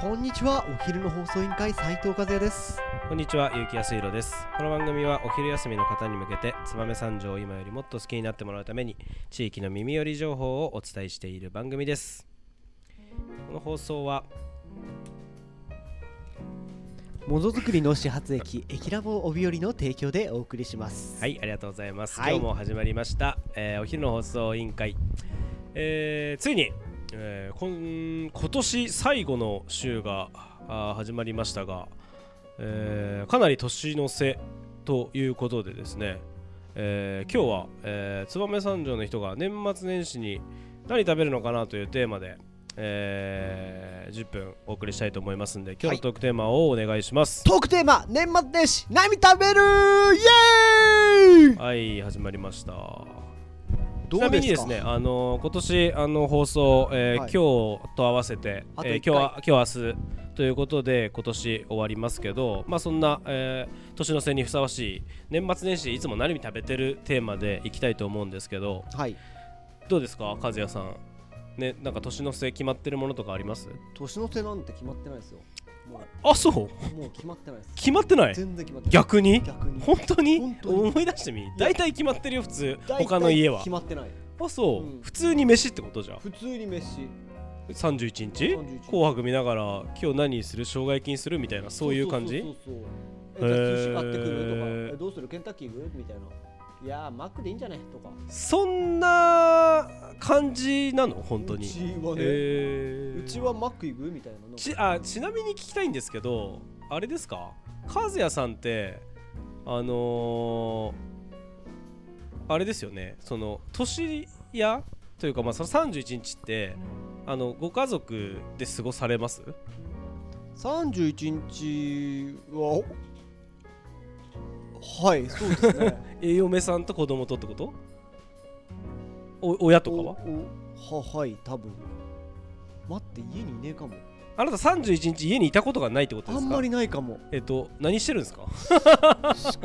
こんにちはお昼の放送委員会斉藤和也ですこんにちは、ゆうきやすいろです。この番組はお昼休みの方に向けて、燕三条を今よりもっと好きになってもらうために、地域の耳寄り情報をお伝えしている番組です。この放送は、ものづくりの始発駅駅ラボ帯寄りの提供でお送りしますはい、ありがとうございます。はい今日も始まりました、えーお昼の放送委員会。えーついに、えーこん今年最後の週があー始まりましたが、えーかなり年の瀬ということでですね、えー今日は、えー、燕三条の人が年末年始に何食べるのかなというテーマで、えー10分お送りしたいと思いますんで今日のトークテーマをお願いします。トークテーマ年末年始何食べるイエーイはい、始まりました。どちなみにですね、あのー今年あの放送、えーはい今日と合わせて、あとえー一回今日は今日明日ということで今年終わりますけど、まあそんな、えー年の瀬にふさわしい年末年始いつも何食べてるテーマでいきたいと思うんですけど、はいどうですか、和也さん。ね、なんか年の瀬決まってるものとかあります？年の瀬なんて決まってないですよもあ、そう。うもう決まってないです決まってない。全然決まってない逆に？逆に本当に本当に思い出してみ。大体決まってるよ普通。大体他の家は決。まってないあ、そう。うん普通に飯ってことじゃん。普通に飯31日31紅白見ながら今日何する障害金するみたいなそういう感じそうそうそうそうえじゃあ寿司買ってくるとかへーえどうするケンタッキー行くみたいないやーマックでいいんじゃないとかそんな感じなの本当にうちはね、えーうちはマック行くみたいなのちあちなみに聞きたいんですけどあれですか和也さんってあのー、あれですよねその年やというかまあその31日ってあのご家族で過ごされます31日ははいそうですねえ嫁さんと子供とってことお親 とかはおおははい多分待って家にいねえかもあなた31日家にいたことがないってことであすかんまりないかもえっと何してるんですか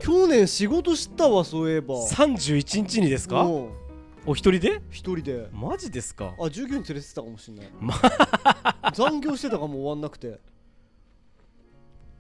去年仕事したわそういえば31日にですかうんお一人で一人でマジですかあ従業員連れてたかもしんない、 残業してたかも終わんなくて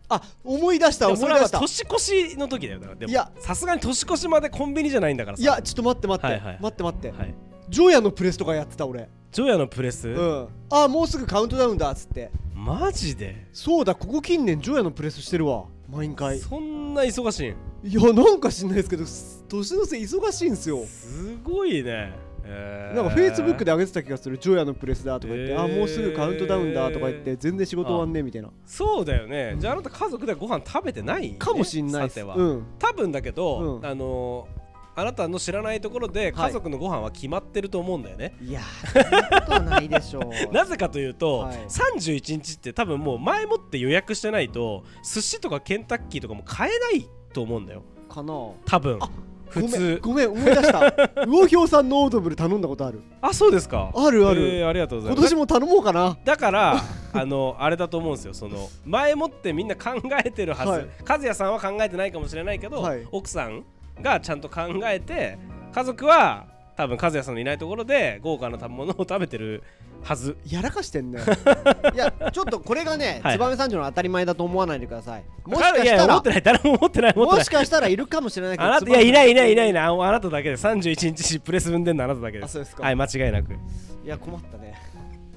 あ思い出したでも思そいれ出はした年越しの時だよだからでもいやさすがに年越しまでコンビニじゃないんだからさいやちょっと待って待って、はいはい待って待って、はいジョヤのプレスとかやってた俺ジョヤのプレス、うんあもうすぐカウントダウンだっつってマジで、そうだここ近年ジョヤのプレスしてるわ毎回そんな忙しいんいやなんか知んないですけどす年の瀬忙しいんですよすごいねえーなんかフェイスブックで上げてた気がするジョヤのプレスだとか言って、えーあもうすぐカウントダウンだとか言って全然仕事終わんねえみたいなそうだよねじゃああなた家族でご飯食べてない、ね、かもしんないっさすては、うん多分だけど、うんあのーあなたの知らないところではい家族のご飯は決まってると思うんだよね、いやーそんなことはないでしょう なぜかというと、はい31日って多分もう前もって予約してないと寿司とかケンタッキーとかも買えないと思うんだよかな多分普通ごめんごめん思い出した魚評さんのオードブル頼んだことあるあそうですかあるあるえーありがとうござい今ます年も頼もうかなだから あのあれだと思うんですよその前もってみんな考えてるはず、はい和也さんは考えてないかもしれないけど、はい奥さんがちゃんと考えて家族は多分和也さんのいないところで豪華な食べ物を食べてるはずやらかして んねいやちょっとこれがねはい燕三条の当たり前だと思わないでくださいもしかかしいやた思っらてない誰も思ってない思ってもないしかしたらいるかもしれないけどあなたいやいないいないいないいないああなただけで31日プレス踏んでんのあなただけであすそうですかはい間違いなくいや困ったね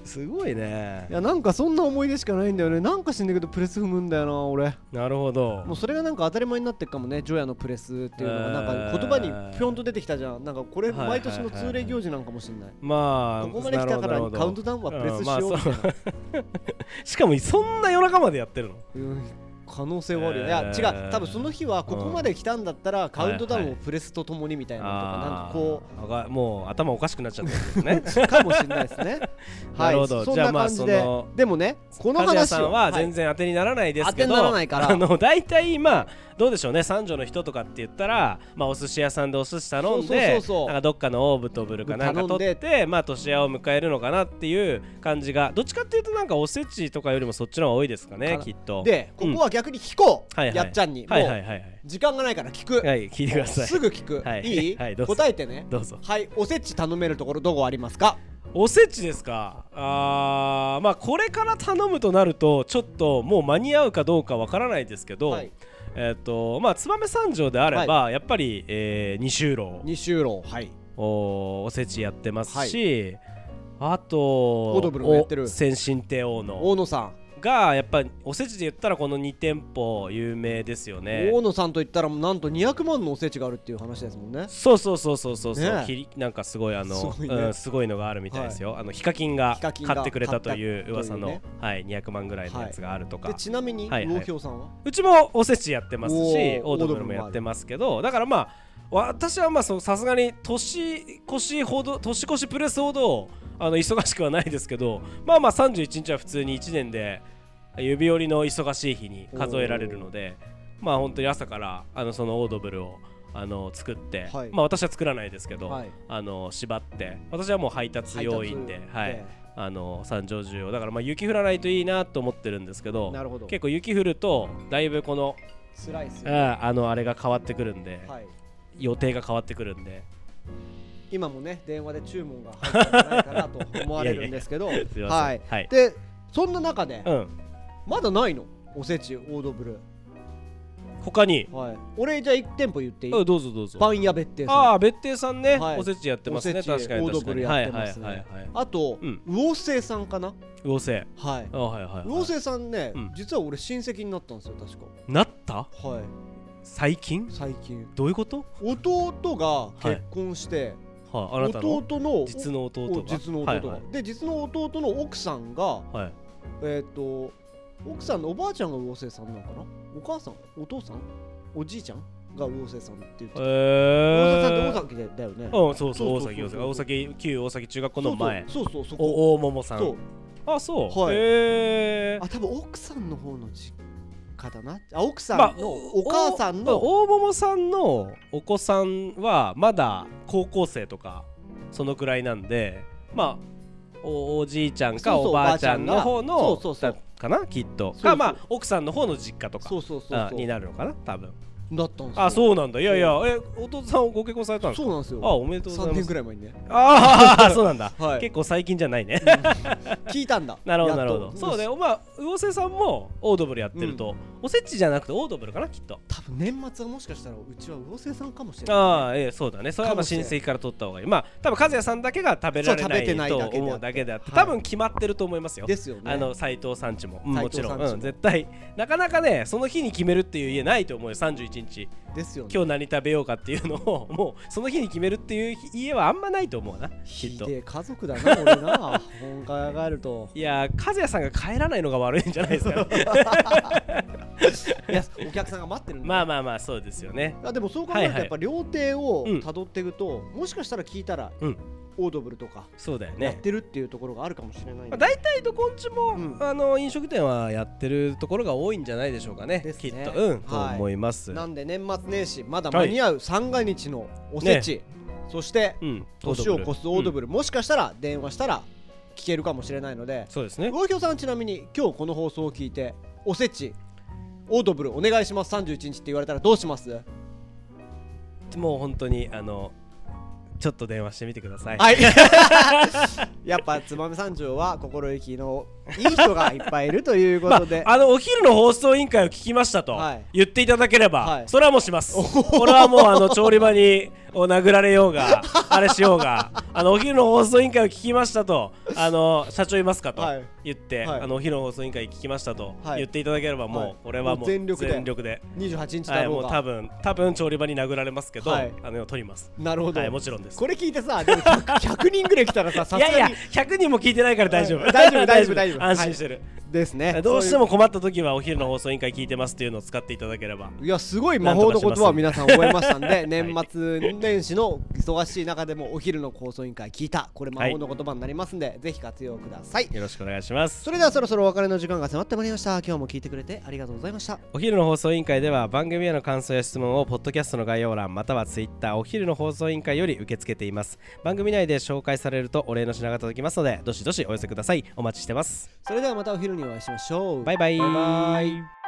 すごいねいやなんかそんな思い出しかないんだよねなんか死んだけどプレス踏むんだよな俺なるほどもうそれがなんか当たり前になってっかもねジョヤのプレスっていうのがなんか言葉にぴょんと出てきたじゃんなんかこれ毎年の通例行事なんかもしんないまあここまで来たからなるほどカウントダウンはプレスしようみたいな、しかもそんな夜中までやってるのうん可能性はあるよ、えーいや違う多分その日はここまで来たんだったらカウントダウはいンはをいプレスとともにみたいなのとか、なんあかーこわかもう頭おかしくなっちゃったんですねうかもしれないです ねはないるほどそんじゃなあまあ感じでそのでもねこの和也話さをんは全然当てにならないですけど、はい当てにならないからあの大体まあどうでしょうね三条の人とかって言ったら、まあ、お寿司屋さんでお寿司頼んそうそうでそうそうなんかどっかのオーブとブルかなんか頼ん取でって、まあ、年屋を迎えるのかなっていう感じがどっちかっていうとなんかおせちとかよりもそっちの方が多いですかねかきっと。でここは逆に聞こう、はいはいやっちゃんに、はいもう、はいはいはい時間がないから聞く、はい聞いてくださいすぐ聞く、、はいいい、はいどうぞ答えてねどうぞはいおせち頼めるところどこありますかおせちですかあーまあこれから頼むとなるとちょっともう間に合うかどうかわからないですけど、はい、えっ、とまあ燕三条であれば、やっぱり、えー、二州楼二周郎はいおおせちやってますし、あとオードブルもやってるお先進帝王の大野さん、がやっぱおせちで言ったらこの2店舗有名ですよね大野さんといったらなんと200万のおせちがあるっていう話ですもんねそうそうそうそうそうそう、ねえひりなんかすごいあのすごいねうん、すごいのがあるみたいですよ、あのヒカキンがヒカキンが買ってくれたという噂の買ったとはい、200万ぐらいのやつがあるとか、でちなみにはいはい魚票さんは、うちもおせちやってますしおーオードブルもやってますけどだからまあ私はまあそうさすがに年越しほど年越しプレスほどあの忙しくはないですけどまあまあ31日は普通に1年で指折りの忙しい日に数えられるのでまあ本当に朝からあのそのオードブルをあの作って、はいまあ私は作らないですけど、はいあの縛って私はもう配達要員で配達はい、あの三条重要だからまあ雪降らないといいなと思ってるんですけどなるほど結構雪降るとだいぶこのスライス、あーあのあれが変わってくるんで、はい予定が変わってくるんで今もね電話で注文が入ったんじゃないかなと思われるんですけど すいませんはい、はいでそんな中で、うんまだないのおせちオードブル他にはい俺じゃあ1店舗言っていい、うんどうぞどうぞパン屋別邸さんああ別邸さんね、はいおせちやってますねおせち確かにオード確かブにルやってますねはいはいはいはいあと、うん魚生さんかな魚生はいあはいはい、魚は生さんね、うん実は俺親戚になったんですよ確い、なったかはい最近最近どういうこと、弟が結婚して、はい、あなたの弟の実の弟おが実の弟が、はいで実の弟の奥さんがはいはいえっ、と奥さんのおばあちゃんが魚生さんなのかなお母さんお父さんおじいちゃんが魚生さんって言ってえた魚生さんっー、て大崎でだよねうんそうそうそう大そうそう崎大崎大崎旧大崎中学校の前そうそうそうそうそこお大桃さんそうあそう、はいへえあ多分奥さんの方の実家だなあ奥さまあんのお母さんの、お大桃さんのお子さんはまだ高校生とかそのくらいなんでまあおおじいちゃんかそうそうおばあちゃんの方のそうそうそうだかなきっとそうそうかまあ奥さんの方の実家とかそうそうそうあそうになるのかな多分だったんですよあそうなんだいやいやえ弟さんご結婚されたんですそうなんですかあよおめでとうご3ざいま年すぐらい前にねあ あそうなんだ、はい結構最近じゃないね聞いたんだなるほどなやっるとほどそうねまあ魚瀬さんもオードブルやってると、おせちじゃなくてオードブルかなきっと多分年末はもしかしたらうちは魚生さんかもしれないああええそうだねそれはまあかもしれ親ない戚から取った方がいいまあ多分和也さんだけが食べられそうな食べてないいとだけであって思うだけであってはい多分決まってると思いますよ、ですよねあの斎藤さんちも、うん斉も藤ちろさんん、ちもうん絶対なかなかねその日に決めるっていう家ないと思うよ31日ですよね今日何食べようかっていうのを もうその日に決めるっていう家はあんまないと思うなきっひとでえ家族だな俺な本会がある といやー和也さんが帰らないのが悪いんじゃないですか ねいやお客さんが待ってるんだまあまあまあそうですよねあでもそう考えるはいとはいやっぱ料亭をうん辿っていくと、もしかしたら聞いたら、うんオードブルとかそうだよやっねてるっていうところがあるかもしれないんまあ、で大体どこんちも、うんあの飲食店はやってるところが多いんじゃないでしょうかねですきねっと、うんとはい思います、なんで年末年始まだ間に合う三が日のおせち、そしてうん、年を越すオードブル、ル、もしかしたら電話したら聞けるかもしれないのでうんそうですね魚評さんちなみに今日この放送を聞いておせちオードブルお願いします31日って言われたらどうしますもう本当にあのちょっと電話してみてください、はい やっぱ燕三条は心意気のいい人がいっぱいいるというこ まあとで、、あのお昼の放送委員会を聞きましたとはい言っていただければ、はいそれはもうしますこれはもうあの調理場にを殴られようが あれしようがあのお昼の放送委員会を聞きましたとあの社長いますかとはい言って、はいあのお昼の放送委員会聞きましたとはい言っていただければもう、はい俺はももうう全力で全力で28日はだい、ろもううが、多分多分調理場に殴られますけど、はいあの取りますなるほど、はいもちろんですこれ聞いてさでも 100, 100人ぐらい来たらささ いすがやにいや100人も聞いてないから大丈夫、はい大丈夫大丈夫大丈夫 安心してる、ですねどうしてもも困った時はお昼の放送委員会聞いてますっていうのを使っていただければいやすごい魔法の言葉を皆さん覚えましたんで い年末年始の忙しい中でもお昼の放送委員会聞いたこれ魔法の言葉になりますんで、ぜひ活用くださいよろしくお願いしますそれではそろそろお別れの時間が迫ってまいりました今日も聞いてくれてありがとうございましたお昼の放送委員会では番組への感想や質問をポッドキャストの概要欄またはツイッターお昼の放送委員会より受け付けています番組内で紹介されるとお礼の品が届きますのでどしどしお寄せくださいお待ちしてますそれではまたお昼にお会いしましょうバイバイバイバイ